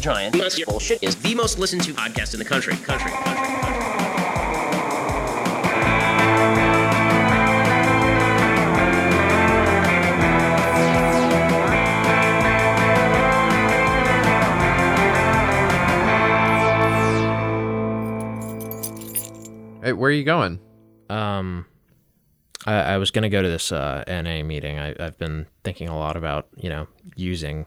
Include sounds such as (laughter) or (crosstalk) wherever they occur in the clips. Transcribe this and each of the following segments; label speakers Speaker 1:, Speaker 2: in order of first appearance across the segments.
Speaker 1: giant Musk bullshit is the most listened to podcast in the country. Country. Country. country.
Speaker 2: Hey, where are you going?
Speaker 3: Um, I, I was gonna go to this uh, NA meeting. I, I've been thinking a lot about you know using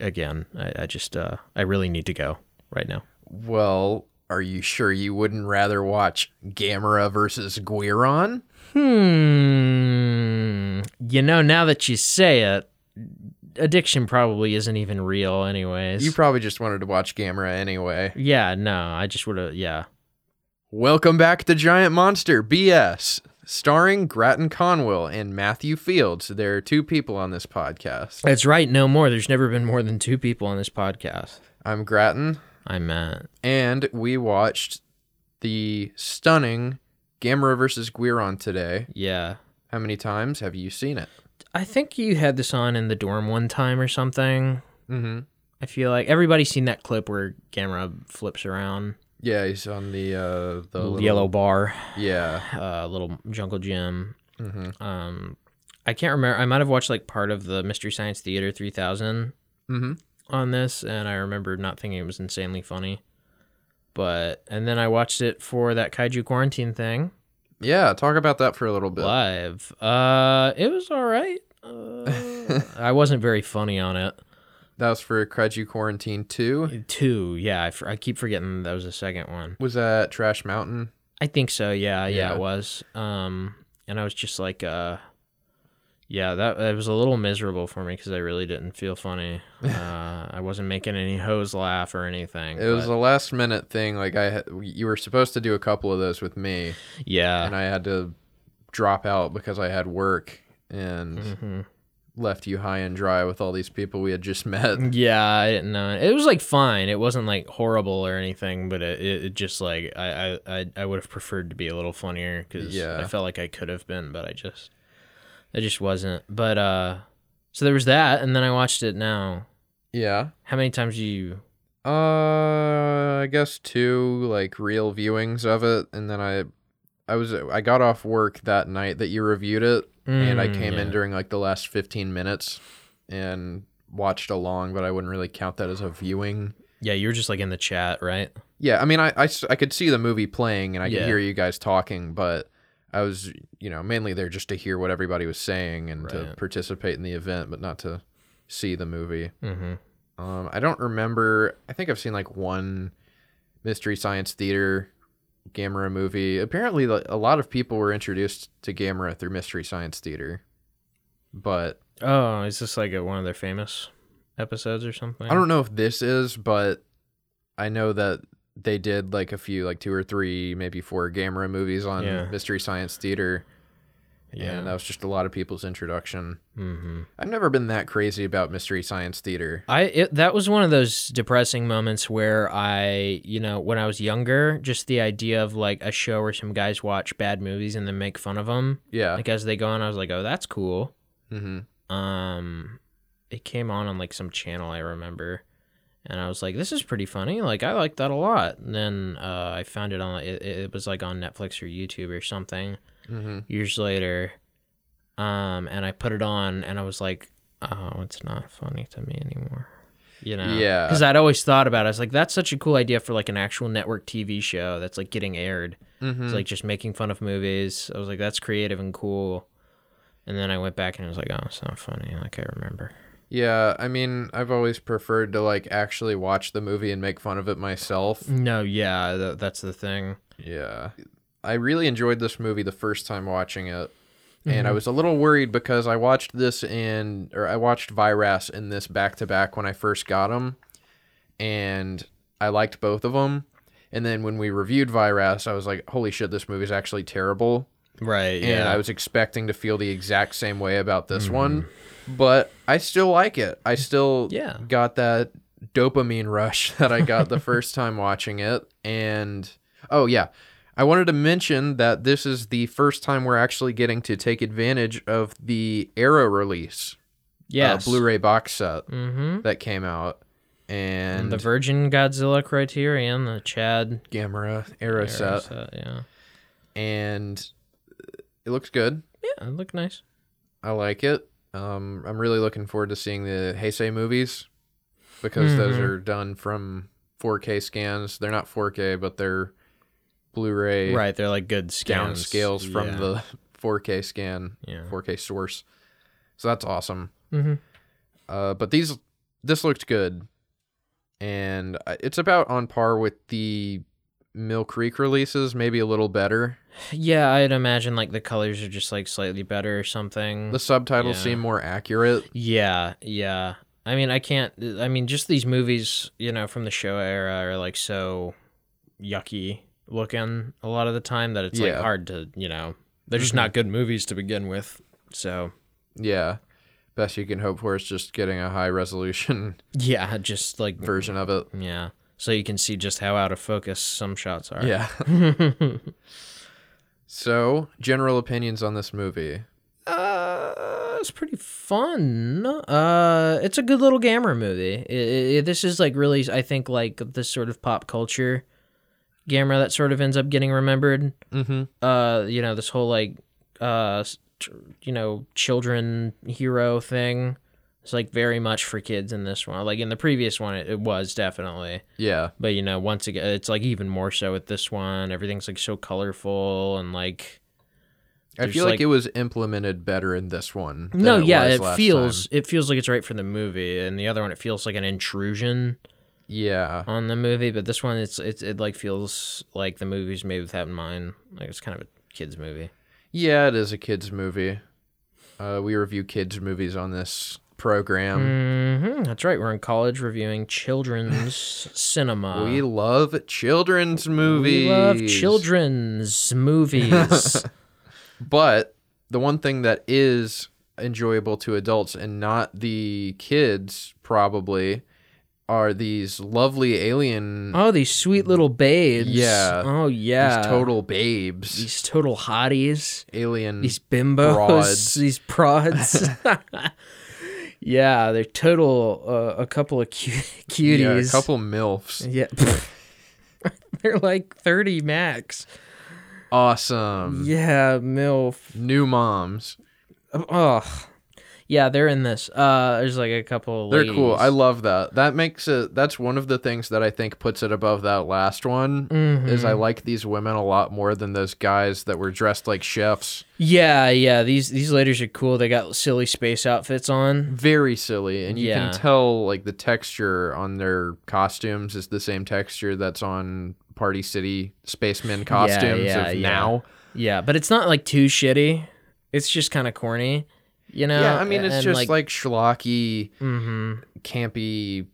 Speaker 3: again. I, I just uh, I really need to go right now.
Speaker 2: Well, are you sure you wouldn't rather watch Gamera versus Guiron?
Speaker 3: Hmm. You know, now that you say it, addiction probably isn't even real, anyways.
Speaker 2: You probably just wanted to watch Gamera anyway.
Speaker 3: yeah. No, I just would have. Yeah.
Speaker 2: Welcome back to Giant Monster BS, starring Grattan Conwell and Matthew Fields. There are two people on this podcast.
Speaker 3: That's right. No more. There's never been more than two people on this podcast.
Speaker 2: I'm Grattan,
Speaker 3: I meant.
Speaker 2: and we watched the stunning Gamera versus Guiron today.
Speaker 3: Yeah.
Speaker 2: How many times have you seen it?
Speaker 3: I think you had this on in the dorm one time or something.
Speaker 2: Mm-hmm.
Speaker 3: I feel like everybody's seen that clip where camera flips around.
Speaker 2: Yeah, he's on the uh, the
Speaker 3: Little
Speaker 2: little-
Speaker 3: yellow bar,
Speaker 2: Yeah.
Speaker 3: uh, little jungle gym.
Speaker 2: Mm-hmm.
Speaker 3: Um, I can't remember. I might have watched like part of the Mystery Science Theater 3000
Speaker 2: Mm-hmm.
Speaker 3: on this, and I remember not thinking it was insanely funny. But and then I watched it for that kaiju quarantine thing
Speaker 2: Yeah, talk about that for a little bit.
Speaker 3: live. Uh, it was
Speaker 2: (laughs)
Speaker 3: all right. Uh, I wasn't very funny on it.
Speaker 2: That was for Kaiju Quarantine 2.
Speaker 3: Two, yeah. I, f- I keep forgetting that was the second one.
Speaker 2: Was that Trash Mountain?
Speaker 3: I think so. Yeah, yeah,
Speaker 2: Yeah.
Speaker 3: it was. Um, and I was just like, uh, yeah, that it was a little miserable for me because I really didn't feel
Speaker 2: (laughs)
Speaker 3: funny. Uh, I wasn't making any hoes laugh or anything.
Speaker 2: It was a
Speaker 3: but
Speaker 2: last minute thing. Like I, had, you were supposed to do a couple of those with me,
Speaker 3: yeah.
Speaker 2: and I had to drop out because I had work and
Speaker 3: Mhm.
Speaker 2: left you high and dry with all these people we had just (laughs) met.
Speaker 3: Yeah, I didn't know. It was like fine. It wasn't like horrible or anything, but it, it, it just like I I, I, I would have preferred to be a little funnier because
Speaker 2: Yeah.
Speaker 3: I felt like I could have been, but I just I just wasn't. But uh, so there was that, and then I watched it now.
Speaker 2: Yeah.
Speaker 3: How many times do you
Speaker 2: Uh, I guess two like real viewings of it, and then I, I was I got off work that night that you reviewed it, and I
Speaker 3: Mm,
Speaker 2: came in
Speaker 3: yeah.
Speaker 2: during like the last 15 minutes and watched along, but I wouldn't really count that as a viewing.
Speaker 3: Yeah, you were just like in the chat, right?
Speaker 2: Yeah, I mean, I, I s- I could see the movie playing and I could
Speaker 3: Yeah.
Speaker 2: hear you guys talking, but I was, you know, mainly there just to hear what everybody was saying and to
Speaker 3: Right.
Speaker 2: participate in the event, but not to see the movie.
Speaker 3: Mm-hmm.
Speaker 2: Um, I don't remember. I think I've seen like one Mystery Science Theater Gamera movie. Apparently, like, a lot of people were introduced to Gamera through Mystery Science Theater, but
Speaker 3: Oh, is this like a, one of their famous episodes or something?
Speaker 2: I don't know if this is, but I know that they did like a few, like two or three, maybe four Gamera movies on
Speaker 3: Yeah.
Speaker 2: Mystery Science Theater.
Speaker 3: Yeah.
Speaker 2: And that was just a lot of people's introduction.
Speaker 3: mm-hmm.
Speaker 2: I've never been that crazy about Mystery Science Theater.
Speaker 3: I it, that was one of those depressing moments where I, you know, when I was younger, just the idea of like a show where some guys watch bad movies and then make fun of them,
Speaker 2: Yeah.
Speaker 3: like as they go on, I was like, oh, that's cool.
Speaker 2: hmm
Speaker 3: Um, it came on on like some channel I remember, and I was like, this is pretty funny. Like I like that a lot. And then uh, I found it on it, it was like on Netflix or YouTube or something.
Speaker 2: hmm
Speaker 3: years later um and i put it on and i was like oh it's not funny to me anymore you know
Speaker 2: Yeah.
Speaker 3: because i'd always thought about it i was like that's such a cool idea for like an actual network tv show that's like getting aired
Speaker 2: hmm
Speaker 3: it's like just making fun of movies i was like that's creative and cool and then i went back and i was like oh it's not funny like i remember
Speaker 2: yeah. I mean, I've always preferred to like actually watch the movie and make fun of it myself.
Speaker 3: no yeah th- that's the thing
Speaker 2: Yeah. I really enjoyed this movie the first time watching it. And I was a little worried because I watched this in, or I watched Virus in this back to back when I first got them. And I liked both of them. And then when we reviewed Virus, I was like, holy shit, this movie's actually terrible.
Speaker 3: right
Speaker 2: And I was expecting to feel the exact same way about this
Speaker 3: Mm-hmm.
Speaker 2: one. But I still like it. I still
Speaker 3: Yeah.
Speaker 2: got that dopamine rush (laughs) that I got the first time watching it. And oh, yeah. I wanted to mention that this is the first time we're actually getting to take advantage of the Arrow release,
Speaker 3: yeah
Speaker 2: uh, Blu ray box set
Speaker 3: mm-hmm
Speaker 2: that came out. and
Speaker 3: the Virgin Godzilla Criterion, the Chad
Speaker 2: Gamera era
Speaker 3: era
Speaker 2: set,
Speaker 3: set, yeah,
Speaker 2: and it looks good.
Speaker 3: yeah, it looked nice.
Speaker 2: I like it. Um, I'm really looking forward to seeing the Heisei movies because those
Speaker 3: Mhm.
Speaker 2: are done from 4K scans. They're not 4K, but they're Blu-ray
Speaker 3: Right, they're like good
Speaker 2: down
Speaker 3: scans.
Speaker 2: scales from
Speaker 3: yeah,
Speaker 2: the (laughs) 4K scan,
Speaker 3: yeah.
Speaker 2: 4K source. So that's awesome.
Speaker 3: Mm-hmm.
Speaker 2: Uh, but these this looked good, and I- it's about on par with the Mill Creek releases, maybe a little better.
Speaker 3: Yeah, I'd imagine like the colors are just like slightly better or something.
Speaker 2: The subtitles
Speaker 3: Mm. Yeah.
Speaker 2: seem more accurate.
Speaker 3: Yeah, yeah. I mean, I can't. I mean, just these movies, you know, from the show era are like so yucky looking a lot of the time that it's
Speaker 2: Yeah. Mm-hmm.
Speaker 3: like hard to, you know, they're just not good movies to begin with. So
Speaker 2: Yeah, best you can hope for is just getting a high resolution (laughs)
Speaker 3: yeah, just like
Speaker 2: version of it.
Speaker 3: yeah, so you can see just how out of focus some shots are.
Speaker 2: Yeah. (laughs)
Speaker 3: (laughs)
Speaker 2: so, general opinions on this movie.
Speaker 3: Uh, it's pretty fun. Uh, it's a good little Gamera movie. I i i this is like really, I think, like this sort of pop culture Gamera that sort of ends up getting remembered.
Speaker 2: Mm-hmm.
Speaker 3: Uh, you know, this whole like, uh, s- tr- you know, children hero thing. It's like very much for kids in this one. Like in the previous one, it, it was definitely.
Speaker 2: Yeah.
Speaker 3: But you know, once again, it's like even more so with this one. Everything's like so colorful and like
Speaker 2: I
Speaker 3: There's
Speaker 2: feel like,
Speaker 3: like-
Speaker 2: it was implemented better in this one. than
Speaker 3: No, yeah,
Speaker 2: was
Speaker 3: it
Speaker 2: last
Speaker 3: feels
Speaker 2: time.
Speaker 3: it feels like it's right for the movie, and the other one it feels like an intrusion
Speaker 2: Yeah.
Speaker 3: on the movie. But this one, it's it's it like feels like the movie's made with that in mind. Like it's kind of a kids movie.
Speaker 2: Yeah, it is a kids movie. Uh, we review kids movies on this program.
Speaker 3: hmm that's right. We're in college
Speaker 2: (laughs)
Speaker 3: reviewing children's cinema.
Speaker 2: We love children's movies.
Speaker 3: Mm. We love
Speaker 2: (laughs)
Speaker 3: children's movies.
Speaker 2: But the one thing that is enjoyable to adults and not the kids probably are these lovely alien
Speaker 3: oh, these sweet little babes.
Speaker 2: Yeah.
Speaker 3: Oh yeah.
Speaker 2: these total babes.
Speaker 3: These total hotties.
Speaker 2: alien
Speaker 3: These bimbos,
Speaker 2: Broads.
Speaker 3: (laughs) these prods. (laughs) yeah, they're total uh, a couple of cu- (laughs) cuties.
Speaker 2: yeah, a couple MILFs.
Speaker 3: Yeah. (laughs) they're like 30 max.
Speaker 2: Awesome.
Speaker 3: yeah, MILF.
Speaker 2: New moms.
Speaker 3: Oh. Yeah, they're in this. Uh there's like a couple
Speaker 2: They're cool. I
Speaker 3: ladies.
Speaker 2: love that. That makes it that's one of the things that I think puts it above that last one is
Speaker 3: Mm-hmm.
Speaker 2: I like these women a lot more than those guys that were dressed like chefs.
Speaker 3: yeah, yeah, these these ladies are cool. They got silly space outfits on.
Speaker 2: Very silly and you
Speaker 3: Yeah.
Speaker 2: can tell like the texture on their costumes is the same texture that's on Party City spacemen costumes
Speaker 3: yeah,
Speaker 2: of
Speaker 3: yeah.
Speaker 2: now.
Speaker 3: Yeah, but it's not like too shitty. It's just kind of corny, you know.
Speaker 2: yeah, I mean it's
Speaker 3: And,
Speaker 2: just like, schlocky,
Speaker 3: mhm.
Speaker 2: campy,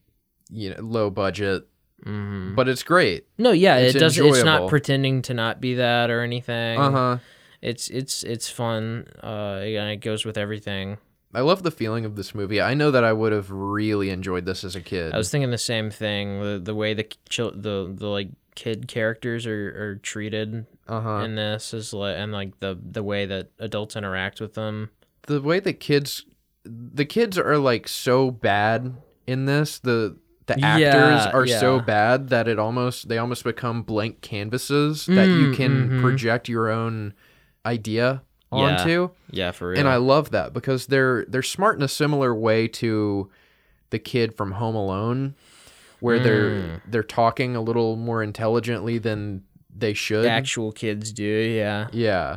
Speaker 2: you know, low budget,
Speaker 3: Mhm.
Speaker 2: but it's great.
Speaker 3: No, yeah,
Speaker 2: It's
Speaker 3: it does. not It's
Speaker 2: enjoyable.
Speaker 3: not pretending to not be that or anything.
Speaker 2: Uh-huh.
Speaker 3: It's it's it's fun. Uh, and it goes with everything.
Speaker 2: I love the feeling of this movie. I know that I would have really enjoyed this as a kid.
Speaker 3: I was thinking the same thing. The the way the chil- the the like kid characters are, are treated
Speaker 2: uh-huh.
Speaker 3: in this is like and like the the way that adults interact with them.
Speaker 2: The way the kids the kids are like so bad in this. The the actors
Speaker 3: Yeah,
Speaker 2: are so
Speaker 3: yeah.
Speaker 2: bad that it almost they almost become blank canvases that you
Speaker 3: Mm,
Speaker 2: can
Speaker 3: mhm.
Speaker 2: project your own idea
Speaker 3: Yeah,
Speaker 2: onto.
Speaker 3: Yeah, for real.
Speaker 2: And I love that because they're they're smart in a similar way to the kid from Home Alone where
Speaker 3: Mm.
Speaker 2: they're they're talking a little more intelligently than they should.
Speaker 3: actual kids do. Yeah.
Speaker 2: Yeah.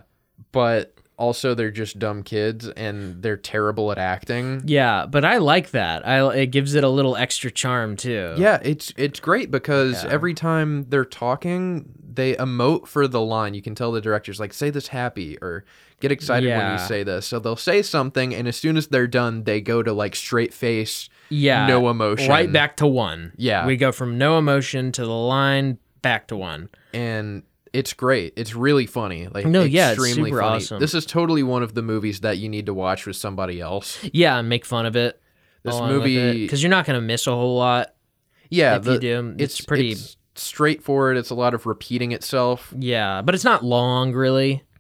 Speaker 2: But also they're just dumb kids and they're terrible at acting.
Speaker 3: Yeah, but I like that. I it gives it a little extra charm too.
Speaker 2: Yeah, it's it's great because
Speaker 3: Yeah.
Speaker 2: every time they're talking, they emote for the line. You can tell the director's like, say this happy or get excited when
Speaker 3: Yeah.
Speaker 2: you say this. So they'll say something and as soon as they're done, they go to like straight face,
Speaker 3: Yeah.
Speaker 2: no emotion.
Speaker 3: Right back to one.
Speaker 2: Yeah.
Speaker 3: We go from no emotion to the line back to one.
Speaker 2: And it's great. It's really funny. Like
Speaker 3: No, yeah, it's
Speaker 2: extremely
Speaker 3: super
Speaker 2: funny.
Speaker 3: awesome.
Speaker 2: This is totally one of the movies that you need to watch with somebody else.
Speaker 3: Yeah, and make fun of it.
Speaker 2: This movie
Speaker 3: because you're not gonna miss a whole lot.
Speaker 2: Yeah,
Speaker 3: if you do, it's pretty-
Speaker 2: straightforward. It's a lot of repeating itself.
Speaker 3: Yeah, but it's not long, really. (laughs)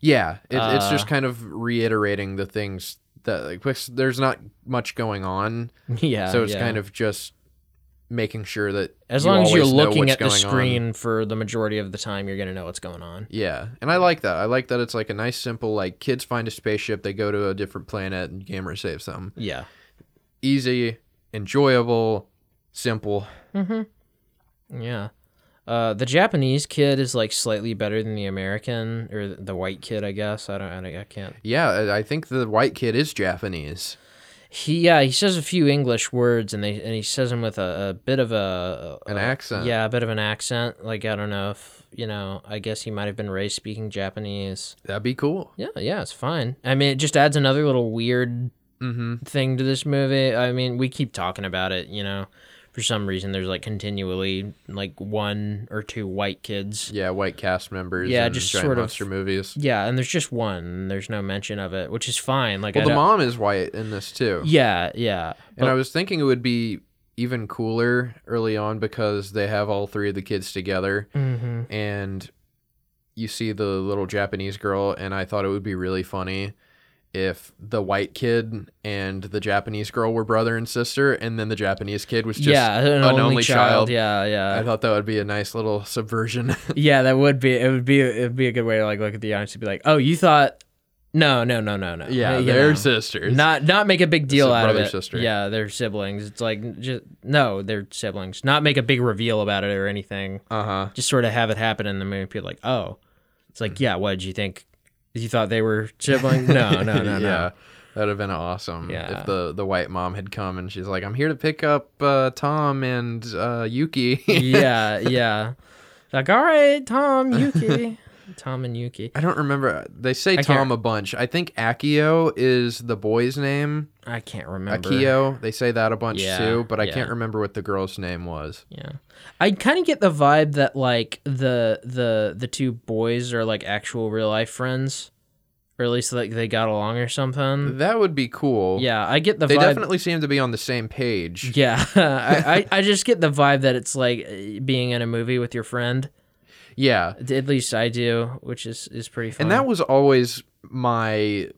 Speaker 2: Yeah, it, it's just
Speaker 3: Uh,
Speaker 2: kind of reiterating the things that like, because there's not much going on,
Speaker 3: yeah.
Speaker 2: so it's
Speaker 3: yeah.
Speaker 2: kind of just making sure that
Speaker 3: As
Speaker 2: you
Speaker 3: long as you're
Speaker 2: always know
Speaker 3: looking
Speaker 2: what's
Speaker 3: at the
Speaker 2: going on.
Speaker 3: screen for the majority of the time, you're gonna know what's going on.
Speaker 2: Yeah, and I like that. I like that it's like a nice, simple like kids find a spaceship, they go to a different planet, and Gamer saves them.
Speaker 3: Yeah.
Speaker 2: Easy, enjoyable, simple.
Speaker 3: Yeah. Uh, the Japanese kid is like slightly better than the American or the white kid, I guess. I don't, I, don't- I can't.
Speaker 2: Yeah, I- I think the white kid is Japanese.
Speaker 3: He, yeah, he says a few English words and they and he says them with a, a bit of a,
Speaker 2: An
Speaker 3: a-
Speaker 2: accent.
Speaker 3: Uh, Yeah, a bit of an accent. Like I don't know if you know. I guess he might have been raised speaking Japanese.
Speaker 2: That'd be cool.
Speaker 3: Yeah, yeah, it's fine. I mean, it just adds another little weird
Speaker 2: Mm-hmm.
Speaker 3: thing to this movie. I mean, we keep talking about it, you know. For some reason, there's like continually like one or two white kids.
Speaker 2: Yeah, white cast members.
Speaker 3: Yeah,
Speaker 2: in
Speaker 3: just
Speaker 2: giant
Speaker 3: sort of-
Speaker 2: monster movies.
Speaker 3: Yeah, and there's just one. There's no mention of it, which is fine. Like,
Speaker 2: Well,
Speaker 3: I
Speaker 2: the
Speaker 3: don't-
Speaker 2: mom is white in this too.
Speaker 3: Yeah, yeah.
Speaker 2: And
Speaker 3: But-
Speaker 2: I was thinking it would be even cooler early on because they have all three of the kids together
Speaker 3: Mhm.
Speaker 2: and you see the little Japanese girl and I thought it would be really funny if the white kid and the Japanese girl were brother and sister and then the Japanese kid was just
Speaker 3: yeah, an, only, child. Yeah,
Speaker 2: I
Speaker 3: yeah,
Speaker 2: thought that would be a nice little subversion. (laughs)
Speaker 3: yeah. That would be. It would be. It would be a good way to like look at the audience and be like, "Oh, you thought? No, no, no, no, no.
Speaker 2: yeah,
Speaker 3: You
Speaker 2: they're
Speaker 3: know.
Speaker 2: sisters.
Speaker 3: not not make a big deal
Speaker 2: a
Speaker 3: out of
Speaker 2: brother,
Speaker 3: it.
Speaker 2: sister.
Speaker 3: Yeah, they're siblings. It's like just no, they're siblings. Not make a big reveal about it or anything.
Speaker 2: uh-huh.
Speaker 3: Just sort of have it happen in the movie. People are like, oh, it's
Speaker 2: Mm.
Speaker 3: like yeah. What did you think? You thought they were siblings? (laughs) No, no, no,
Speaker 2: yeah. (laughs)
Speaker 3: no.
Speaker 2: That'd have been awesome
Speaker 3: Yeah.
Speaker 2: if the, the white mom had come and she's like, I'm here to pick up uh, Tom and uh, Yuki.
Speaker 3: yeah, yeah. Like all right,
Speaker 2: (laughs)
Speaker 3: Tom, Yuki, Tom and Yuki.
Speaker 2: (laughs) I don't remember. They say
Speaker 3: I can't-
Speaker 2: Tom a bunch. I think Akio is the boy's name.
Speaker 3: I can't remember.
Speaker 2: Akio. They say that a bunch
Speaker 3: Yeah,
Speaker 2: too, but I
Speaker 3: yeah.
Speaker 2: can't remember what the girl's name was.
Speaker 3: Yeah. I kind of get the vibe that like the the the two boys are like actual real life friends, or at least like they got along or something.
Speaker 2: That would be cool.
Speaker 3: Mm. Yeah, I get the
Speaker 2: They
Speaker 3: vibe.
Speaker 2: definitely seem to be on the same page.
Speaker 3: (laughs) yeah, I, I, I just get the vibe that it's like uh, being in a movie with your friend.
Speaker 2: Yeah.
Speaker 3: At least I do, which is is pretty fun.
Speaker 2: And that was always my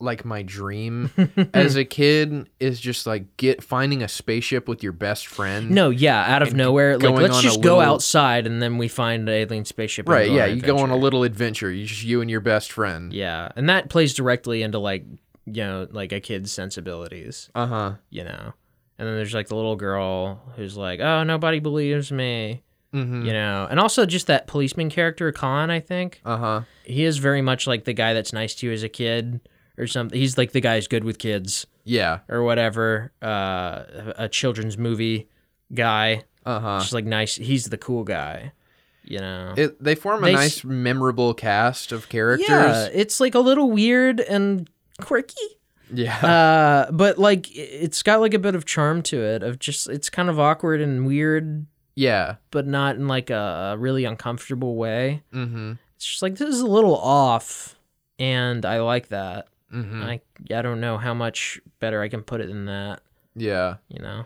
Speaker 2: like my
Speaker 3: (laughs)
Speaker 2: dream as a kid is just like get finding a spaceship with your best friend.
Speaker 3: no, yeah, out of nowhere, like
Speaker 2: going
Speaker 3: let's
Speaker 2: on a
Speaker 3: just go
Speaker 2: little-
Speaker 3: outside and then we find an alien spaceship. and
Speaker 2: Right,
Speaker 3: go
Speaker 2: yeah,
Speaker 3: an
Speaker 2: you go on a
Speaker 3: adventure.
Speaker 2: little adventure. You just you and your best friend.
Speaker 3: Yeah, and that plays directly into like you know like a kid's sensibilities,
Speaker 2: Uh huh.
Speaker 3: you know. And then there's like the little girl who's like, "Oh, nobody believes me,"
Speaker 2: Mm-hmm.
Speaker 3: you know. And also just that policeman character, Khan, I think.
Speaker 2: Uh huh.
Speaker 3: he is very much like the guy that's nice to you as a kid or something. He's like the guy who's good with kids
Speaker 2: Yeah.
Speaker 3: or whatever. Uh, a children's movie guy,
Speaker 2: Uh huh.
Speaker 3: just like nice. He's the cool guy, you know.
Speaker 2: It, they form a
Speaker 3: They
Speaker 2: nice,
Speaker 3: s-
Speaker 2: memorable cast of characters.
Speaker 3: yeah, it's like a little weird and quirky,
Speaker 2: Yeah.
Speaker 3: uh, but like i- it's got like a bit of charm to it. Of just it's kind of awkward and weird,
Speaker 2: yeah.
Speaker 3: but not in like a really uncomfortable way.
Speaker 2: Mm-hmm.
Speaker 3: It's just like this is a little off, and I like that.
Speaker 2: Mm-hmm.
Speaker 3: I I don't know how much better I can put it than that.
Speaker 2: yeah.
Speaker 3: You know.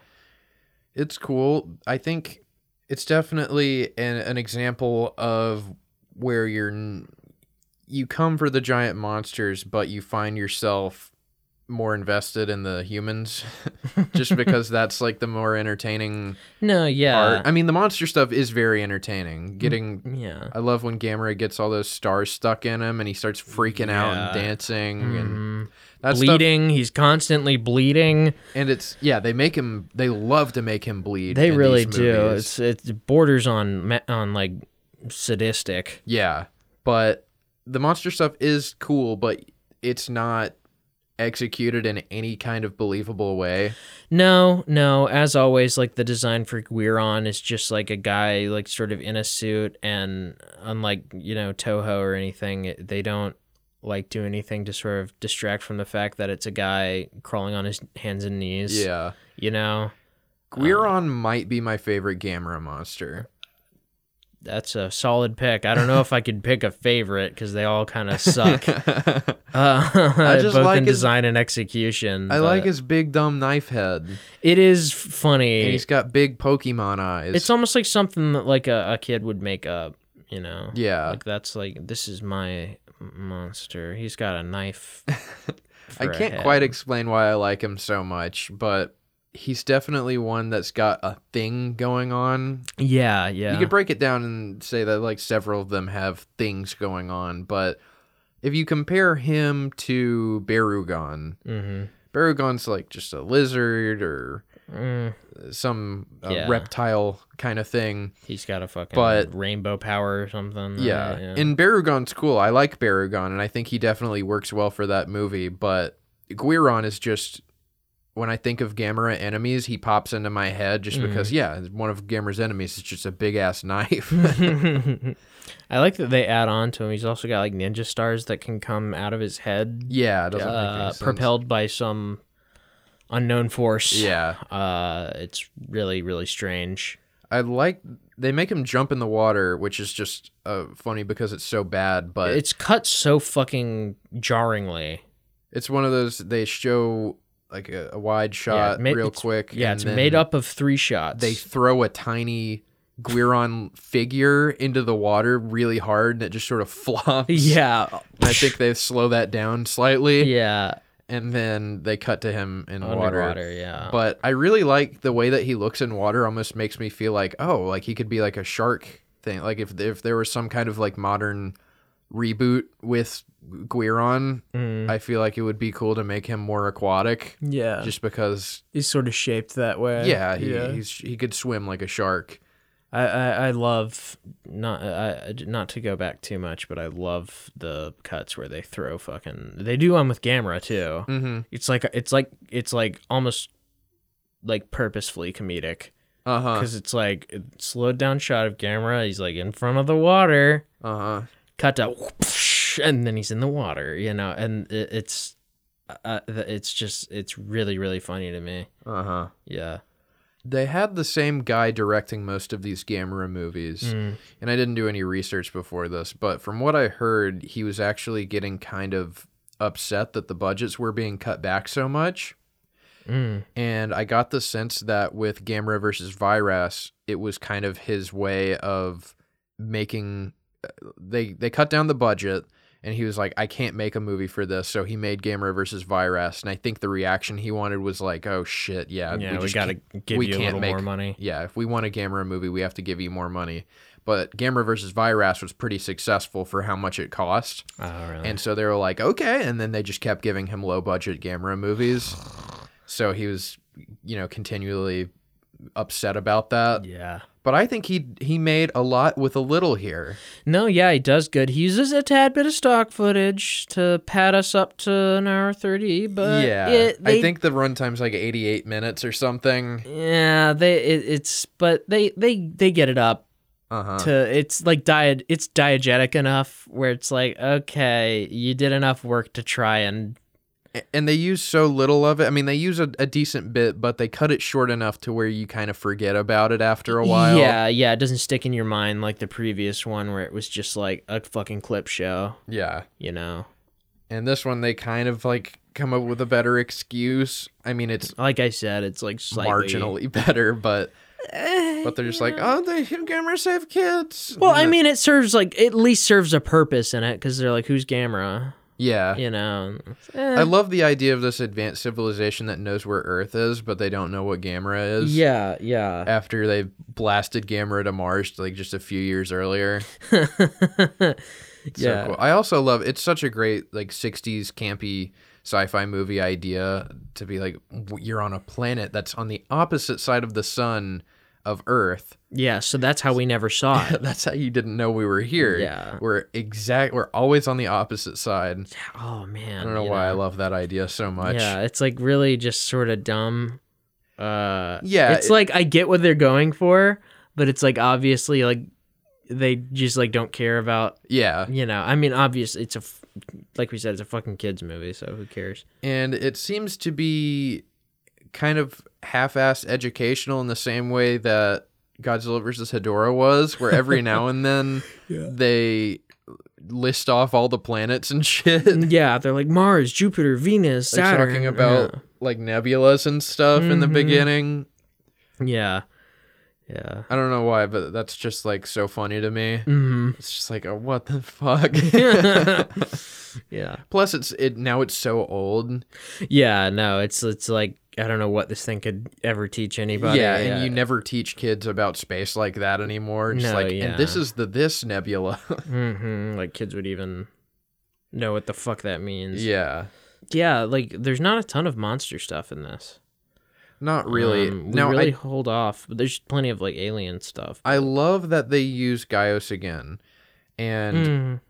Speaker 2: It's cool. I think it's definitely an, an example of where you're n- you come for the giant monsters, but you find yourself more invested in the humans, (laughs) just
Speaker 3: (laughs)
Speaker 2: because that's like the more entertaining
Speaker 3: No. Yeah. Mm-hmm.
Speaker 2: part. I mean, the monster stuff is very entertaining. Getting
Speaker 3: yeah.
Speaker 2: I love when Gamera gets all those stars stuck in him and he starts freaking out and
Speaker 3: Yeah.
Speaker 2: dancing and
Speaker 3: Mhm.
Speaker 2: Mm-hmm. that stuff.
Speaker 3: Bleeding. He's constantly bleeding.
Speaker 2: And it's yeah, they make him. They love to make him bleed.
Speaker 3: They
Speaker 2: in
Speaker 3: really
Speaker 2: these
Speaker 3: do.
Speaker 2: movies.
Speaker 3: It's it borders on ma- on like sadistic.
Speaker 2: yeah, but the monster stuff is cool, but it's not executed in any kind of believable way.
Speaker 3: No, no. As always, like the design for Guiron is just like a guy like sort of in a suit, and unlike you know Toho or anything, it- they don't like do anything to sort of distract from the fact that it's a guy crawling on his hands and knees.
Speaker 2: Yeah,
Speaker 3: You know.
Speaker 2: Guiron might be my favorite Gamera
Speaker 3: (laughs)
Speaker 2: monster.
Speaker 3: That's a solid pick. I don't know if I could pick a favorite because they
Speaker 2: (laughs)
Speaker 3: all kind of suck, (laughs) uh,
Speaker 2: just
Speaker 3: both
Speaker 2: like
Speaker 3: in
Speaker 2: his-
Speaker 3: design and execution.
Speaker 2: I like
Speaker 3: it.
Speaker 2: his big dumb knife head,
Speaker 3: It is
Speaker 2: and
Speaker 3: funny.
Speaker 2: he's got big Pokemon eyes.
Speaker 3: It's almost like something that like a, a kid would make up. You know.
Speaker 2: yeah,
Speaker 3: Like that's like this is my monster. He's got a knife.
Speaker 2: (laughs) I
Speaker 3: for a
Speaker 2: can't
Speaker 3: head.
Speaker 2: quite explain why I like him so much, but he's definitely one that's got a thing going on.
Speaker 3: Yeah, yeah.
Speaker 2: You could break it down and say that like several of them have things going on, but if you compare him to Barugon,
Speaker 3: mm-hmm.
Speaker 2: Barugon's like just a lizard or
Speaker 3: Mm,
Speaker 2: some uh,
Speaker 3: Yeah.
Speaker 2: reptile kind of thing.
Speaker 3: he's got a fucking
Speaker 2: But-
Speaker 3: rainbow power or something.
Speaker 2: yeah.
Speaker 3: Uh,
Speaker 2: And Barugon's cool. I like Barugon, and I think he definitely works well for that movie. But Guiron is just when I think of Gamera enemies, he pops into my head
Speaker 3: Mm-hmm.
Speaker 2: just because, yeah, one of Gamera's enemies is just a big ass
Speaker 3: (laughs)
Speaker 2: knife. (laughs)
Speaker 3: I like that they add on to him. He's also got like ninja stars that can come out of his head,
Speaker 2: yeah, it doesn't make any
Speaker 3: uh,
Speaker 2: sense.
Speaker 3: propelled by some unknown force.
Speaker 2: Yeah,
Speaker 3: Uh, it's really, really strange.
Speaker 2: I like they make him jump in the water, which is just uh, funny because it's so bad. But
Speaker 3: It's cut so fucking jarringly.
Speaker 2: It's one of those they show like a, a wide shot
Speaker 3: ma-
Speaker 2: real
Speaker 3: it's-
Speaker 2: quick.
Speaker 3: Yeah,
Speaker 2: and
Speaker 3: it's
Speaker 2: then
Speaker 3: made up of three shots.
Speaker 2: They throw a tiny Guiron figure into the water really hard, and it just sort of (laughs) flops.
Speaker 3: yeah,
Speaker 2: And I think they slow that down slightly,
Speaker 3: (laughs) yeah,
Speaker 2: and then they cut to him in
Speaker 3: underwater.
Speaker 2: water.
Speaker 3: yeah,
Speaker 2: But I really like the way that he looks in water. Almost makes me feel like, oh, like he could be like a shark thing. Like if if there was some kind of like modern reboot with Guiron,
Speaker 3: Mm.
Speaker 2: I feel like it would be cool to make him more aquatic,
Speaker 4: Yeah.
Speaker 2: just because.
Speaker 4: he's sort of shaped that way.
Speaker 2: Eh, Yeah, he, he's he could swim like a shark.
Speaker 3: I, I, I love not I, I- not to go back too much, but I love the cuts where they throw fucking. They do one with Gamera too.
Speaker 2: Mm-hmm.
Speaker 3: It's like it's like it's like almost like purposefully comedic
Speaker 2: Uh huh.
Speaker 3: because it's like a slowed down shot of Gamera. He's like in front of the water,
Speaker 2: Uh huh.
Speaker 3: cut to, whoosh, and then he's in the water. You know, and it, it's uh, th- it's just it's really really funny to me.
Speaker 2: Uh huh.
Speaker 3: Yeah.
Speaker 2: They had the same guy directing most of these Gamera
Speaker 3: Hmm.
Speaker 2: movies,
Speaker 3: Mm,
Speaker 2: and I didn't do any research before this, but from what I heard, he was actually getting kind of upset that the budgets were being cut back so much.
Speaker 3: Mm.
Speaker 2: And I got the sense that with Gamera versus Virus, it was kind of his way of making they they cut down the budget and he was like I can't make a movie for this so he made Gamera versus Virus and I think the reaction he wanted was like oh shit yeah
Speaker 3: Yeah, we,
Speaker 2: just
Speaker 3: gotta
Speaker 2: can't-
Speaker 3: give
Speaker 2: we
Speaker 3: you a
Speaker 2: can't
Speaker 3: little
Speaker 2: make-
Speaker 3: more money.
Speaker 2: yeah if we want a Gamera movie we have to give you more money but Gamera versus Virus was pretty successful for how much it cost
Speaker 3: Oh, really?
Speaker 2: and so they were like, okay. And then they just kept giving him low budget Gamera movies. So he was, you know, continually upset about that.
Speaker 3: yeah.
Speaker 2: But I think he he made a lot with a little here.
Speaker 3: No, yeah, he does good. He uses a tad bit of stock footage to pad us up to an hour thirty, but
Speaker 2: yeah.
Speaker 3: it-
Speaker 2: I
Speaker 3: they-
Speaker 2: think the runtime's like 88 minutes or something.
Speaker 3: yeah, they it, it's but they they they get it up
Speaker 2: Uh huh.
Speaker 3: to it's like diet it's diegetic enough where it's like okay, you did enough work to try and
Speaker 2: And they use so little of it. I mean, they use a, a decent bit, but they cut it short enough to where you kind of forget about it after a while.
Speaker 3: yeah yeah it doesn't stick in your mind like the previous one where it was just like a fucking clip show
Speaker 2: Yeah.
Speaker 3: you know
Speaker 2: And this one, they kind of like come up with a better excuse. I mean, it's
Speaker 3: like I said it's like slightly
Speaker 2: marginally (laughs) better, but but they're just like, oh, they Gamera save kids.
Speaker 3: Well, I mean, it serves like at least serves a purpose in it because they're like, who's Gamera?
Speaker 2: yeah.
Speaker 3: You know,
Speaker 2: I love the idea of this advanced civilization that knows where Earth is, but they don't know what Gamera is.
Speaker 3: yeah, yeah.
Speaker 2: After they blasted Gamera to Mars like just a few years earlier. So
Speaker 3: Yeah.
Speaker 2: cool. I also love it's such a great like 60s campy sci-fi movie idea to be like w- you're on a planet that's on the opposite side of the sun of Earth. (laughs)
Speaker 3: Yeah, so that's how we never saw it. (laughs)
Speaker 2: That's how you didn't know we were here.
Speaker 3: Yeah.
Speaker 2: We're exact we're always on the opposite side.
Speaker 3: Oh man,
Speaker 2: I don't know
Speaker 3: you
Speaker 2: why I love that idea so much.
Speaker 3: Yeah, it's like really just sort of dumb. Uh,
Speaker 2: Yeah,
Speaker 3: it's
Speaker 2: it-
Speaker 3: like I get what they're going for, but it's like obviously like they just like don't care about
Speaker 2: Yeah.
Speaker 3: you know. I mean, obviously it's a f- like we said, it's a fucking kids movie, so who cares?
Speaker 2: And it seems to be kind of half assed educational in the same way that Godzilla versus Hedorah was, where every now and then they list off all the planets and (laughs) shit.
Speaker 3: Yeah, they're like Mars, Jupiter, Venus,
Speaker 2: They're
Speaker 3: Mm, Saturn.
Speaker 2: talking about like nebulas and stuff in the
Speaker 3: Mhm.
Speaker 2: beginning.
Speaker 3: Yeah. Yeah.
Speaker 2: I don't know why, but that's just like so funny to me.
Speaker 3: (laughs)
Speaker 2: (laughs)
Speaker 3: Mm-hmm.
Speaker 2: It's just like, oh, what the fuck?
Speaker 3: yeah.
Speaker 2: Plus, it's it now it's so old.
Speaker 3: Yeah, no, it's it's like I don't know what this thing could ever teach anybody.
Speaker 2: yeah, and you never teach kids about space like that anymore. Just
Speaker 3: No,
Speaker 2: like,
Speaker 3: yeah.
Speaker 2: and this is the this nebula. (laughs)
Speaker 3: hmm like kids would even know what the fuck that means.
Speaker 2: yeah,
Speaker 3: yeah, like there's not a ton of monster stuff in this.
Speaker 2: not really.
Speaker 3: Um, we
Speaker 2: now
Speaker 3: really
Speaker 2: I
Speaker 3: hold off, but there's plenty of like alien stuff.
Speaker 2: I love that they use Gaius again, and
Speaker 3: Mm,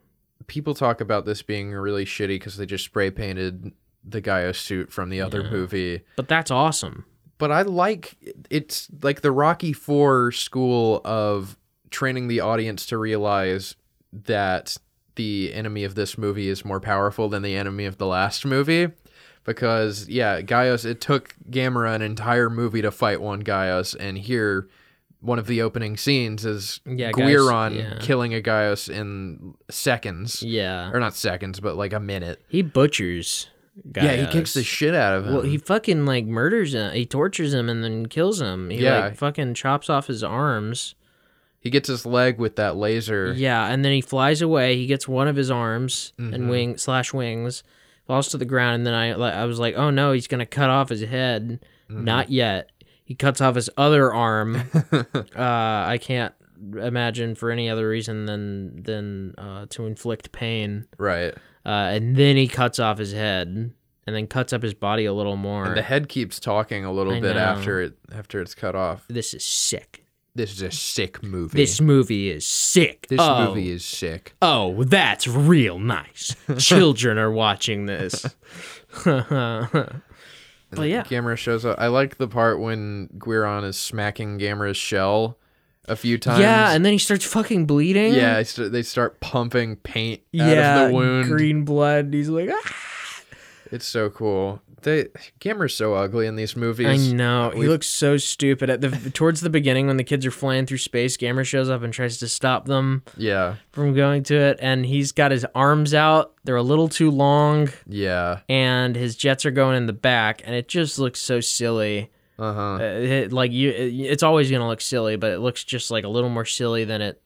Speaker 2: people talk about this being really shitty because they just spray painted the Gaius suit from the other
Speaker 3: Yeah.
Speaker 2: movie.
Speaker 3: but that's awesome.
Speaker 2: but I like it's like the Rocky Four school of training the audience to realize that the enemy of this movie is more powerful than the enemy of the last movie. Because yeah, Gaius it took Gamera an entire movie to fight one Gaius, and here one of the opening scenes is
Speaker 3: Yeah, Gaius-
Speaker 2: Guiron
Speaker 3: yeah.
Speaker 2: killing a Gaius in seconds.
Speaker 3: Yeah,
Speaker 2: Or not seconds, but like a minute.
Speaker 3: he butchers.
Speaker 2: Yeah, he kicks
Speaker 3: Gaius.
Speaker 2: the shit out of him.
Speaker 3: Well, he fucking like murders him. He tortures him and then kills him. He
Speaker 2: Yeah.
Speaker 3: like fucking chops off his arms.
Speaker 2: he gets his leg with that laser.
Speaker 3: Yeah, and then he flies away. He gets one of his arms
Speaker 2: Mm-hmm.
Speaker 3: and wing slash wings, falls to the ground, and then I like, I was like, oh no, he's gonna cut off his head.
Speaker 2: Mm-hmm.
Speaker 3: Not yet. He cuts off his other arm.
Speaker 2: (laughs)
Speaker 3: uh, I can't imagine for any other reason than than uh, to inflict pain.
Speaker 2: Right.
Speaker 3: Uh, and then he cuts off his head, and then cuts up his body a little more.
Speaker 2: And the head keeps talking a little
Speaker 3: I
Speaker 2: bit
Speaker 3: know.
Speaker 2: after it after it's cut off.
Speaker 3: this is sick.
Speaker 2: This is a sick movie.
Speaker 3: This movie is sick.
Speaker 2: This
Speaker 3: oh,
Speaker 2: movie is sick.
Speaker 3: Oh, that's real
Speaker 2: (laughs)
Speaker 3: nice. Children are watching this. (laughs) but
Speaker 2: And
Speaker 3: yeah.
Speaker 2: Gamera shows up. I like the part when Guiron is smacking Gamera's shell a few times.
Speaker 3: Yeah, and then he starts fucking bleeding.
Speaker 2: yeah, they st- they start pumping paint out
Speaker 3: Yeah,
Speaker 2: of the wound.
Speaker 3: green blood. He's like, ah.
Speaker 2: It's so cool. They Gamera's so ugly in these
Speaker 3: I
Speaker 2: movies.
Speaker 3: know. He looks so stupid. At the towards the beginning, when the kids are flying through space, Gamera shows up and tries to stop them
Speaker 2: Yeah,
Speaker 3: from going to it. And he's got his arms out; they're a little too long,
Speaker 2: yeah,
Speaker 3: and his jets are going in the back, and it just looks so silly.
Speaker 2: uh huh.
Speaker 3: Uh, it, like you it, it's always going to look silly but it looks just like a little more silly than it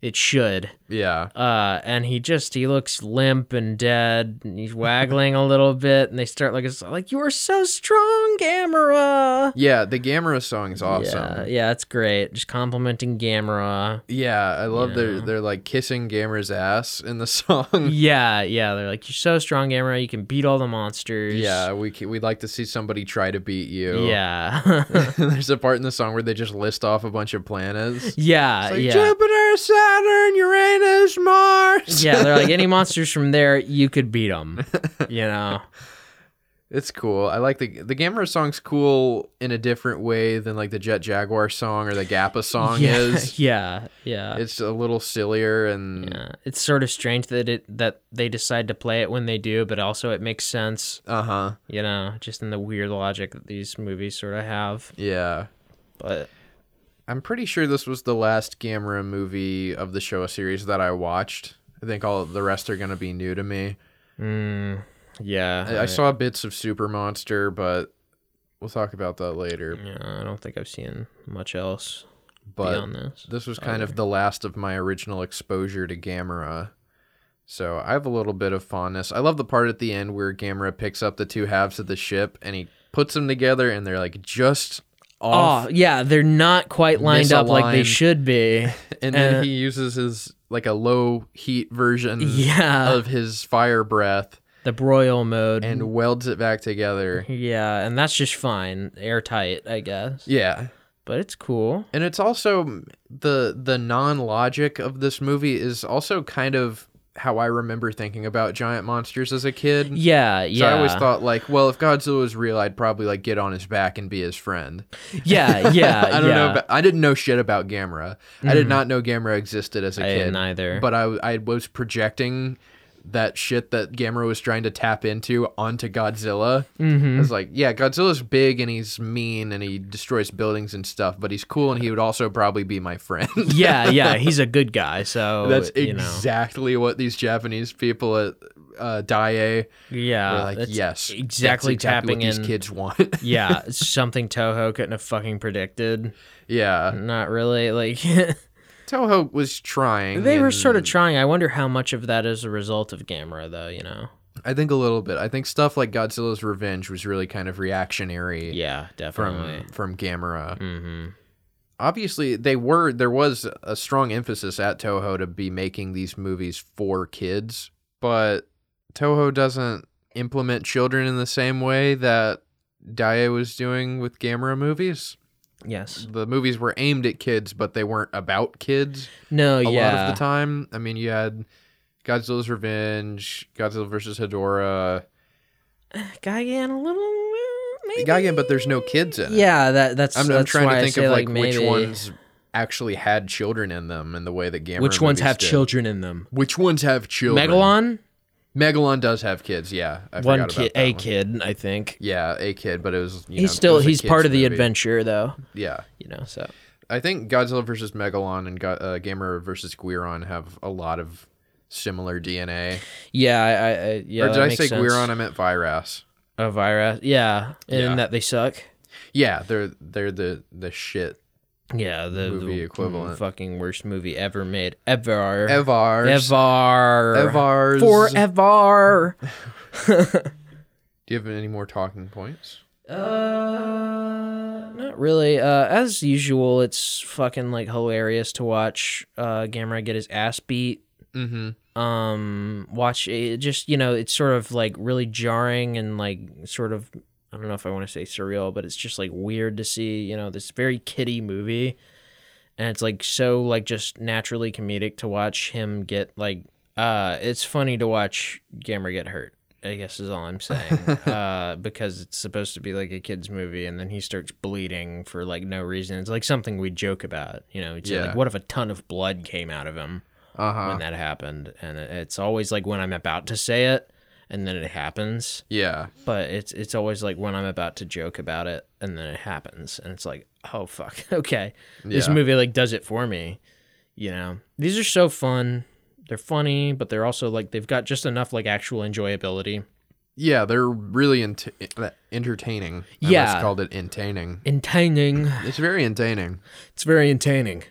Speaker 3: it should
Speaker 2: Yeah,
Speaker 3: uh and he just he looks limp and dead and he's waggling a little bit and they start like it's like you're so strong Gamera
Speaker 2: yeah. The Gamera song is awesome.
Speaker 3: yeah yeah it's great just complimenting Gamera
Speaker 2: Yeah, I love their they're like kissing Gamera's ass in the (laughs) song.
Speaker 3: yeah yeah they're like you're so strong Gamera you can beat all the monsters
Speaker 2: yeah, we c- we'd like to see somebody try to beat you.
Speaker 3: yeah
Speaker 2: (laughs)
Speaker 3: (laughs)
Speaker 2: There's a part in the song where they just list off a bunch of
Speaker 3: (laughs)
Speaker 2: planets.
Speaker 3: yeah
Speaker 2: It's like
Speaker 3: yeah
Speaker 2: Jupiter, Saturn, Uranus, Mars.
Speaker 3: yeah they're like any monsters from there you could beat them you
Speaker 2: (laughs)
Speaker 3: know
Speaker 2: (laughs) It's cool. I like the the Gamera song's cool in a different way than like the Jet Jaguar song or the Gappa song
Speaker 3: yeah,
Speaker 2: is.
Speaker 3: Yeah, (laughs) yeah. It's,
Speaker 2: It's a little sillier and
Speaker 3: yeah. it's sort of strange that it that they decide to play it when they do, but also it makes sense,
Speaker 2: uh-huh.
Speaker 3: you know, just in the weird logic that these movies sort of have.
Speaker 2: Yeah.
Speaker 3: But
Speaker 2: I'm pretty sure this was the last Gamera movie of the Showa series that I watched. I think all the rest are going to be new to me.
Speaker 3: mm, yeah,
Speaker 2: I, I saw bits of Super Monster, but we'll talk about that later.
Speaker 3: Yeah, I don't think I've seen much else
Speaker 2: But
Speaker 3: beyond this.
Speaker 2: this was kind of the last of my original exposure to Gamera. So I have a little bit of fondness. I love the part at the end where Gamera picks up the two halves of the ship and he puts them together and they're like just off.
Speaker 3: Oh yeah, they're not quite lined up like they
Speaker 2: Misaligned. (laughs)
Speaker 3: should be.
Speaker 2: and then
Speaker 3: uh,
Speaker 2: he uses his like a low heat version
Speaker 3: yeah,
Speaker 2: of his fire breath
Speaker 3: the broil mode.
Speaker 2: and welds it back together.
Speaker 3: yeah, and that's just fine, airtight, I guess.
Speaker 2: Yeah.
Speaker 3: But it's cool.
Speaker 2: And it's also mm, the the non-logic of this movie is also kind of how I remember thinking about giant monsters as a kid.
Speaker 3: Yeah,
Speaker 2: So
Speaker 3: yeah.
Speaker 2: I always thought like, well, if Godzilla was real, I'd probably like get on his back and be his friend.
Speaker 3: Yeah, yeah.
Speaker 2: (laughs) I don't
Speaker 3: Uh, yeah. Mm.
Speaker 2: know. About, I didn't know shit about Gamera. I did not know Gamera existed as a
Speaker 3: I
Speaker 2: kid.
Speaker 3: didn't either.
Speaker 2: But I I was projecting that shit that Gamera was trying to tap into onto Godzilla. Mm-hmm. It's like, yeah, Godzilla's big and he's mean and he destroys buildings and stuff, but he's cool and he would also probably be my
Speaker 3: (laughs)
Speaker 2: friend. (laughs)
Speaker 3: yeah, yeah, he's a good guy. So
Speaker 2: That's
Speaker 3: you know,
Speaker 2: exactly what these Japanese people at uh, Daiei were
Speaker 3: yeah,
Speaker 2: like.
Speaker 3: Uh, that's
Speaker 2: yes, that's
Speaker 3: exactly, tapping
Speaker 2: what
Speaker 3: in.
Speaker 2: These kids want.
Speaker 3: (laughs) yeah, it's something Toho couldn't have fucking predicted.
Speaker 2: (laughs) Yeah,
Speaker 3: Not really. (laughs) Like Hmm.
Speaker 2: Toho was trying.
Speaker 3: they were sort of
Speaker 2: and-
Speaker 3: trying. I wonder how much of that is a result of Gamera, though. You know,
Speaker 2: I think a little bit. I think stuff like Godzilla's Revenge was really kind of reactionary
Speaker 3: Yeah, definitely.
Speaker 2: from from Gamera.
Speaker 3: hmm
Speaker 2: Obviously, they were there was a strong emphasis at Toho to be making these movies for kids, but Toho doesn't implement children in the same way that Daiei was doing with Gamera movies.
Speaker 3: Yes.
Speaker 2: The movies were aimed at kids, but they weren't about kids
Speaker 3: No.
Speaker 2: a
Speaker 3: yeah.
Speaker 2: lot of the time. I mean, you had Godzilla's Revenge, Godzilla versus Hedorah,
Speaker 3: Gigan a little. uh, Maybe.
Speaker 2: Gigan, but there's no kids in it.
Speaker 3: Yeah, that that's.
Speaker 2: I'm, I'm
Speaker 3: that's
Speaker 2: trying
Speaker 3: why
Speaker 2: to
Speaker 3: I
Speaker 2: think
Speaker 3: say,
Speaker 2: of
Speaker 3: like,
Speaker 2: like, which
Speaker 3: maybe-
Speaker 2: ones actually had children in them and the way that Gamera
Speaker 3: Which ones
Speaker 2: movies
Speaker 3: have
Speaker 2: did.
Speaker 3: children in them?
Speaker 2: Which ones have children?
Speaker 3: Megalon,
Speaker 2: Megalon does have kids. Yeah, I forgot
Speaker 3: one
Speaker 2: about
Speaker 3: kid,
Speaker 2: that
Speaker 3: a
Speaker 2: one.
Speaker 3: kid, I think.
Speaker 2: Yeah, a kid, but it was you know,
Speaker 3: he's
Speaker 2: it
Speaker 3: still
Speaker 2: was a
Speaker 3: he's
Speaker 2: kid's
Speaker 3: part of the
Speaker 2: movie.
Speaker 3: adventure though.
Speaker 2: Yeah,
Speaker 3: You know, so
Speaker 2: I think Godzilla versus Megalon and Go- uh, Gamera versus Guiron have a lot of similar DNA.
Speaker 3: yeah, I, I, I yeah.
Speaker 2: or did
Speaker 3: that
Speaker 2: I
Speaker 3: Uh, makes
Speaker 2: say
Speaker 3: sense.
Speaker 2: Guiron? I meant Virus.
Speaker 3: a virus? Yeah, and
Speaker 2: Yeah.
Speaker 3: that they suck.
Speaker 2: Yeah, they're they're the the shit.
Speaker 3: Yeah, the the
Speaker 2: Movie equivalent.
Speaker 3: fucking worst movie ever made ever.
Speaker 2: Evars.
Speaker 3: Evar.
Speaker 2: Evars.
Speaker 3: Forever.
Speaker 2: Do you have any more talking points?
Speaker 3: Uh, not really. Uh, as usual, it's fucking like hilarious to watch uh Gamera get his ass beat.
Speaker 2: Mm-hmm.
Speaker 3: Um, watch it just you know it's sort of like really jarring and like sort of I don't know if I want to say surreal, but it's just like weird to see you know this very kiddie movie, and it's like so like just naturally comedic to watch him get like uh it's funny to watch Gamera get hurt. I guess is all I'm saying. uh, because it's supposed to be like a kid's movie, and then he starts bleeding for like no reason. It's like something we joke about, you know. It's
Speaker 2: Yeah.
Speaker 3: like, what if a ton of blood came out of him?
Speaker 2: Uh huh.
Speaker 3: when that happened and it- it's always like when i'm about to say it and then it happens
Speaker 2: Yeah.
Speaker 3: but it's it's always like when i'm about to joke about it and then it happens and it's like oh fuck (laughs) okay this
Speaker 2: Yeah.
Speaker 3: movie like does it for me you know these are so fun they're funny but they're also like they've got just enough like actual enjoyability
Speaker 2: Yeah, they're really ent- entertaining. I almost
Speaker 3: Yeah.
Speaker 2: called it entertaining.
Speaker 3: entertaining
Speaker 2: It's very entertaining.
Speaker 3: it's very entertaining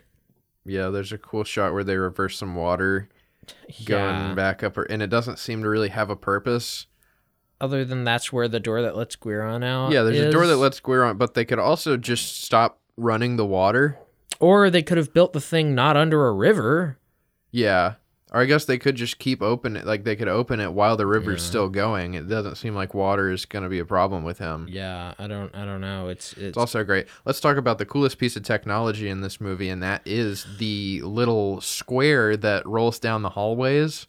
Speaker 2: Yeah, there's a cool shot where they reverse some water going
Speaker 3: yeah
Speaker 2: back up, or, and it doesn't seem to really have a purpose.
Speaker 3: other than that's where the door that lets Guiron out
Speaker 2: yeah, there's a door that
Speaker 3: Uh, is.
Speaker 2: lets Guiron, but they could also just stop running the water.
Speaker 3: or they could have built the thing not under a river
Speaker 2: Yeah. Or I guess they could just keep open it, like they could open it while the river's still going. It doesn't seem like water is going to be a problem with him.
Speaker 3: yeah i don't i don't know it's it's,
Speaker 2: It's also great. Let's talk about the coolest piece of technology in this movie, and that is the little square that rolls down the hallways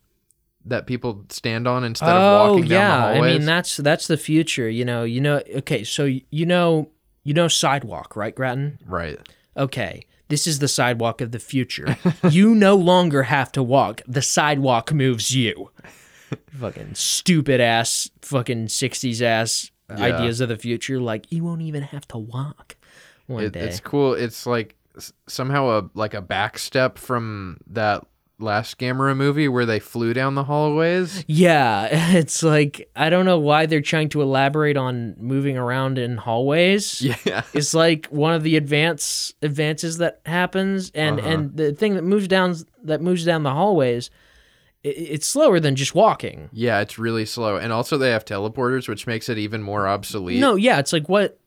Speaker 2: that people stand on instead of walking down the hallways.
Speaker 3: Oh, I mean that's that's the future. You know, you know. Okay, so y- you know, you know, sidewalk, right, Grattan?
Speaker 2: right.
Speaker 3: Okay, this is the sidewalk of
Speaker 2: (laughs)
Speaker 3: the future. you no longer have to walk. The sidewalk moves
Speaker 2: (laughs)
Speaker 3: you. fucking stupid ass, fucking sixties ass ideas of the future. Like you won't even have to walk one
Speaker 2: It,
Speaker 3: day.
Speaker 2: it's cool. It's like s- somehow a like a back step from that last Gamera movie where they flew down the
Speaker 3: (laughs)
Speaker 2: hallways.
Speaker 3: Yeah, it's like I don't know why they're trying to elaborate on moving around in hallways.
Speaker 2: Yeah.
Speaker 3: is like one of the advance advances that happens and
Speaker 2: Uh-huh.
Speaker 3: and the thing that moves down that moves down the hallways i it's slower than just walking
Speaker 2: Yeah, it's really slow. And also they have teleporters, which makes it even more obsolete.
Speaker 3: no yeah it's
Speaker 2: (laughs)
Speaker 3: like what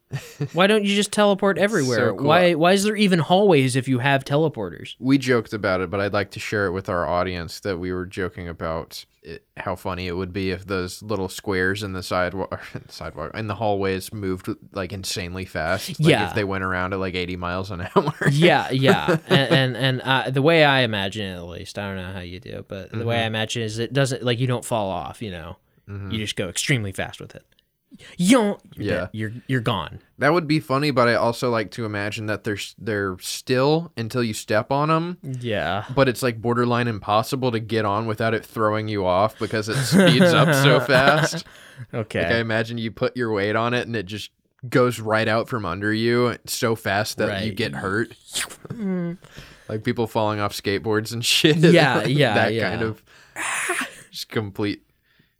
Speaker 3: why don't you just teleport everywhere
Speaker 2: cool.
Speaker 3: why why is there even hallways if you have teleporters
Speaker 2: we joked about it, but I'd like to share it with our audience that we were joking about it, how funny it would be if those little squares in the sidewalk, (laughs) sidewalk in the hallways moved like insanely fast. Like
Speaker 3: Yeah.
Speaker 2: if they went around at like eighty miles an (laughs) hour. (laughs)
Speaker 3: yeah yeah and and, and uh, the way i imagine it at least i don't know how you do but the
Speaker 2: Mm-hmm.
Speaker 3: way i imagine it is it doesn't like you don't fall off you know you just go extremely fast with it you
Speaker 2: Yeah.
Speaker 3: yeah you're you're gone
Speaker 2: That would be funny, but I also like to imagine that they're s- they're still until you step on them.
Speaker 3: Mm. yeah
Speaker 2: But it's like borderline impossible to get on without it throwing you off because
Speaker 3: (laughs)
Speaker 2: it speeds up so fast.
Speaker 3: okay
Speaker 2: Like I imagine you put your weight on it and it just goes right out from under you so fast that you
Speaker 3: Right. Mm.
Speaker 2: get hurt. like people falling off skateboards and (laughs) shit.
Speaker 3: Yeah,
Speaker 2: Like
Speaker 3: yeah,
Speaker 2: That
Speaker 3: yeah.
Speaker 2: kind
Speaker 3: (laughs)
Speaker 2: of just complete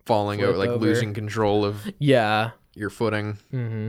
Speaker 2: falling
Speaker 3: Flip
Speaker 2: over, like
Speaker 3: over.
Speaker 2: losing control of
Speaker 3: Yeah.
Speaker 2: your footing.
Speaker 3: Mm-hmm.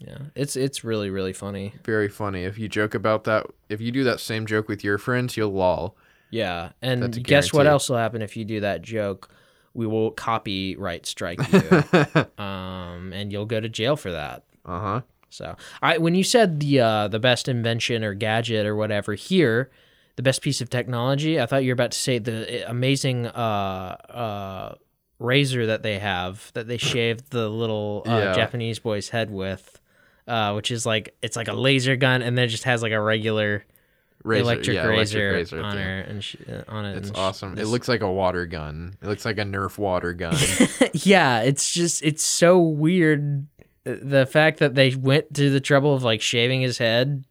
Speaker 3: Yeah. It's it's really really funny.
Speaker 2: Very funny. If you joke about that, if you do that same joke with your friends, you'll lol.
Speaker 3: Yeah. And
Speaker 2: That's a
Speaker 3: guess what
Speaker 2: guarantee.
Speaker 3: else will happen if you do that joke? we will copyright strike you,
Speaker 2: (laughs)
Speaker 3: um, and you'll go to jail for that.
Speaker 2: Uh huh.
Speaker 3: So I when you said the uh, the best invention or gadget or whatever here, the best piece of technology, I thought you were about to say the amazing uh, uh, razor that they have that they shaved the little uh,
Speaker 2: Yeah.
Speaker 3: Japanese boy's head with, uh, which is like it's like a laser gun and then it just has like a regular electric, razor
Speaker 2: at
Speaker 3: on
Speaker 2: the end.
Speaker 3: her and she, uh, on it.
Speaker 2: It's
Speaker 3: and sh-
Speaker 2: awesome. It
Speaker 3: this-
Speaker 2: looks like a water gun. It looks like a Nerf water gun.
Speaker 3: (laughs) yeah, it's just it's so weird. uh, The fact that they went to the trouble of like shaving his head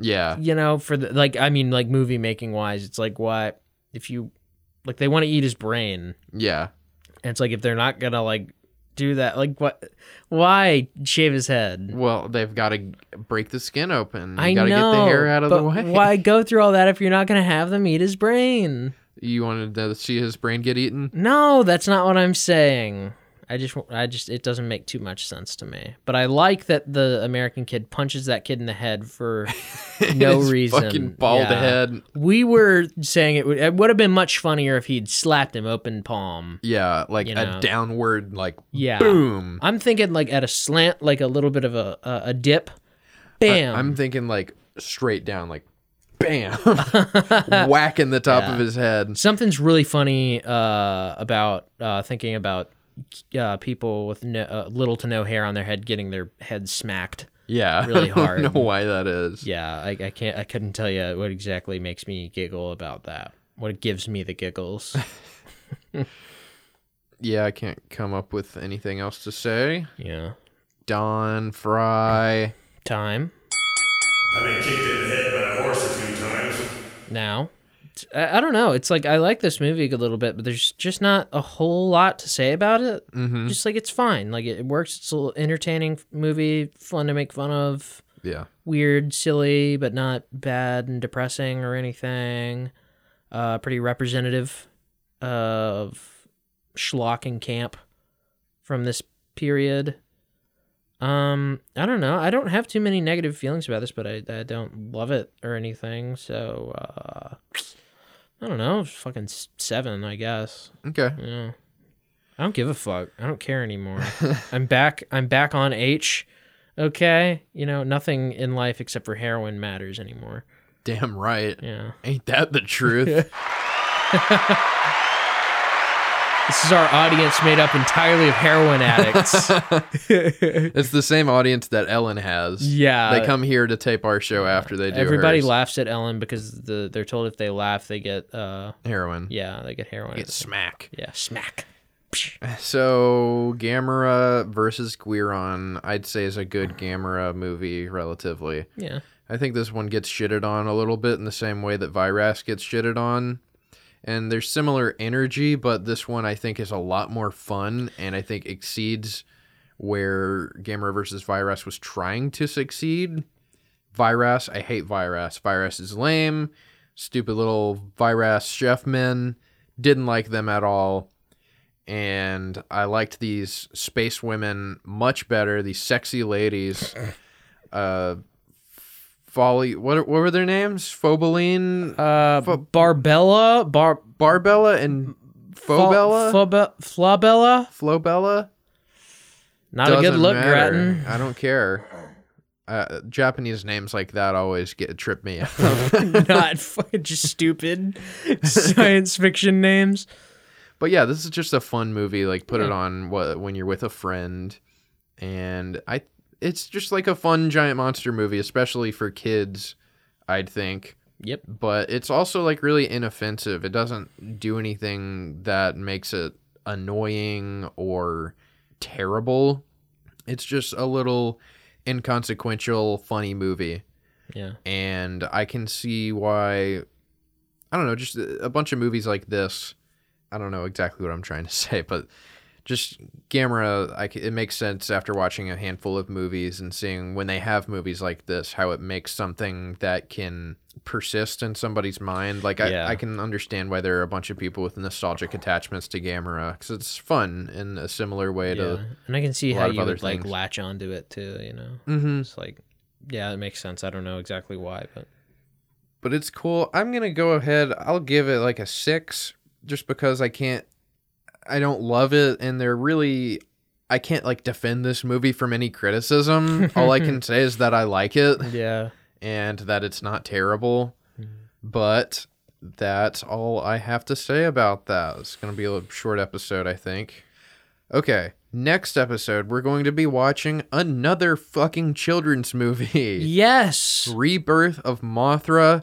Speaker 2: yeah.
Speaker 3: you know, for the like, I mean, like movie making wise, it's like why if you like they want to eat his brain,
Speaker 2: Yeah.
Speaker 3: and it's like if they're not gonna like do that, like what, why shave his head?
Speaker 2: Well, they've got to break the skin open. You
Speaker 3: I
Speaker 2: gotta
Speaker 3: know,
Speaker 2: get the hair out of
Speaker 3: but
Speaker 2: the way.
Speaker 3: Why go through all that if you're not gonna have them eat his brain?
Speaker 2: (laughs) You wanted to see his brain get eaten?
Speaker 3: No, that's not what I'm saying. I just, I just, it doesn't make too much sense to me. But I like that the American kid punches that kid in the
Speaker 2: (laughs)
Speaker 3: head for (laughs) no
Speaker 2: His
Speaker 3: reason.
Speaker 2: Fucking bald
Speaker 3: Yeah.
Speaker 2: head.
Speaker 3: We were saying it would, it would have been much funnier if he'd slapped him open palm.
Speaker 2: Yeah, like
Speaker 3: You know.
Speaker 2: a downward, like
Speaker 3: Yeah.
Speaker 2: boom.
Speaker 3: I'm thinking like at a slant, like a little bit of a a, a dip. Bam.
Speaker 2: I'm thinking like straight down, like
Speaker 3: (laughs)
Speaker 2: bam, (laughs) whacking the top of his head.
Speaker 3: Something's really funny uh, about uh, thinking about uh, people with no, uh, little to no hair on their head getting their head smacked.
Speaker 2: Yeah, (laughs)
Speaker 3: Really
Speaker 2: I
Speaker 3: hard.
Speaker 2: don't know why that is.
Speaker 3: Yeah, I, I can't. I couldn't tell you what exactly makes me giggle about that. What gives me the giggles. (laughs)
Speaker 2: yeah, I can't come up with anything else to say.
Speaker 3: yeah.
Speaker 2: Don Fry.
Speaker 3: Time
Speaker 4: I've been kicked in the head by a horse a few times.
Speaker 3: now. It's- I, I don't know. It's like I like this movie a little bit, but there's just not a whole lot to say about it.
Speaker 2: Mm-hmm.
Speaker 3: just like it's fine like it, it works it's a little entertaining f- movie fun to make fun of
Speaker 2: Yeah.
Speaker 3: weird silly but not bad and depressing or anything uh pretty representative of schlock and camp from this period um i don't know i don't have too many negative feelings about this but i, I don't love it or anything so uh i don't know fucking s- seven i guess
Speaker 2: Okay.
Speaker 3: yeah. I don't give a fuck. I don't care anymore.
Speaker 2: (laughs)
Speaker 3: I'm back I'm back on H. Okay? You know, nothing in life except for heroin matters anymore.
Speaker 2: Damn right.
Speaker 3: Yeah.
Speaker 2: Ain't that the truth?
Speaker 3: (laughs) This is our audience made up entirely of
Speaker 2: (laughs)
Speaker 3: heroin addicts.
Speaker 2: it's the same audience that Ellen has.
Speaker 3: Yeah.
Speaker 2: They come here to tape our show after they do
Speaker 3: Everybody
Speaker 2: hers.
Speaker 3: laughs at Ellen because the they're told if they laugh they get uh
Speaker 2: heroin.
Speaker 3: yeah, they get heroin.
Speaker 2: Get smack.
Speaker 3: yeah,
Speaker 2: (laughs)
Speaker 3: smack.
Speaker 2: So Gamera versus Guiron, I'd say is a good Gamera movie relatively.
Speaker 3: Yeah.
Speaker 2: I think this one gets shitted on a little bit in the same way that Virus gets shitted on. And there's similar energy, but this one I think is a lot more fun and I think exceeds where Gamera versus Virus was trying to succeed. Virus, I hate Virus. Virus is lame, stupid little Virus chef men. Didn't like them at all. And I liked these space women much better, these sexy ladies. Uh, Folly. What what were their names? Phoboline,
Speaker 3: Uh
Speaker 2: Fo-
Speaker 3: Barbella, Bar
Speaker 2: Barbella, and Phobella.
Speaker 3: Flabella? Flabella?
Speaker 2: Flobella.
Speaker 3: Not a good
Speaker 2: Doesn't
Speaker 3: look,
Speaker 2: matter.
Speaker 3: Grattan.
Speaker 2: I don't care. Uh, Japanese names like that always get trip me up.
Speaker 3: (laughs) not fucking just stupid science fiction names.
Speaker 2: but yeah, this is just a fun movie. Like put it on what when you're with a friend, and I. It's just like a fun giant monster movie, especially for kids. I'd think.
Speaker 3: Yep.
Speaker 2: but it's also like really inoffensive. It doesn't do anything that makes it annoying or terrible. It's just a little inconsequential, funny movie.
Speaker 3: Yeah.
Speaker 2: And I can see why, I don't know, just a bunch of movies like this. I don't know exactly what I'm trying to (laughs) say, but just Gamera, I c it makes sense after watching a handful of movies and seeing when they have movies like this, how it makes something that can persist in somebody's mind. Like, I,
Speaker 3: Yeah.
Speaker 2: I can understand why there are a bunch of people with nostalgic attachments to Gamera because it's fun in a similar way
Speaker 3: Yeah.
Speaker 2: to.
Speaker 3: And I can see
Speaker 2: a
Speaker 3: how
Speaker 2: lot of
Speaker 3: you
Speaker 2: other
Speaker 3: would like
Speaker 2: things.
Speaker 3: latch onto it too, you know.
Speaker 2: Mm-hmm.
Speaker 3: It's like yeah, it makes sense. I don't know exactly why, but
Speaker 2: but it's cool. I'm gonna go ahead. I'll give it like a six, just because I can't. I don't love it, and they're really I can't like defend this movie from any criticism. All I can say is that I like it
Speaker 3: Yeah.
Speaker 2: and that it's not terrible,
Speaker 3: Mm-hmm.
Speaker 2: but that's all I have to say about that. It's going to be a short episode, I think. Okay, next episode we're going to be watching another fucking children's movie.
Speaker 3: Yes.
Speaker 2: Rebirth of Mothra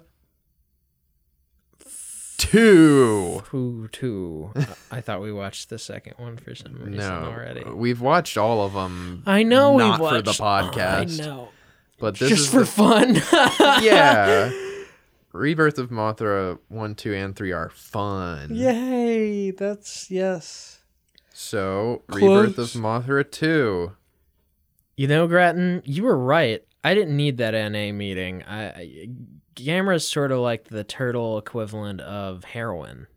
Speaker 2: 2.
Speaker 3: Who too? I thought we watched the second one for some reason
Speaker 2: No,
Speaker 3: already.
Speaker 2: we've watched all of them.
Speaker 3: I know we
Speaker 2: not
Speaker 3: watched Oh,
Speaker 2: for the podcast,
Speaker 3: I know.
Speaker 2: but this
Speaker 3: Just
Speaker 2: is
Speaker 3: for
Speaker 2: the
Speaker 3: fun. (laughs)
Speaker 2: yeah. Rebirth of Mothra 1, 2, and 3 are fun.
Speaker 3: Yay! That's yes.
Speaker 2: So, Rebirth
Speaker 3: Close.
Speaker 2: of Mothra 2.
Speaker 3: You know, Grattan, you were right. I didn't need that NA meeting. I, I Gamera's sort of like the turtle equivalent of heroin.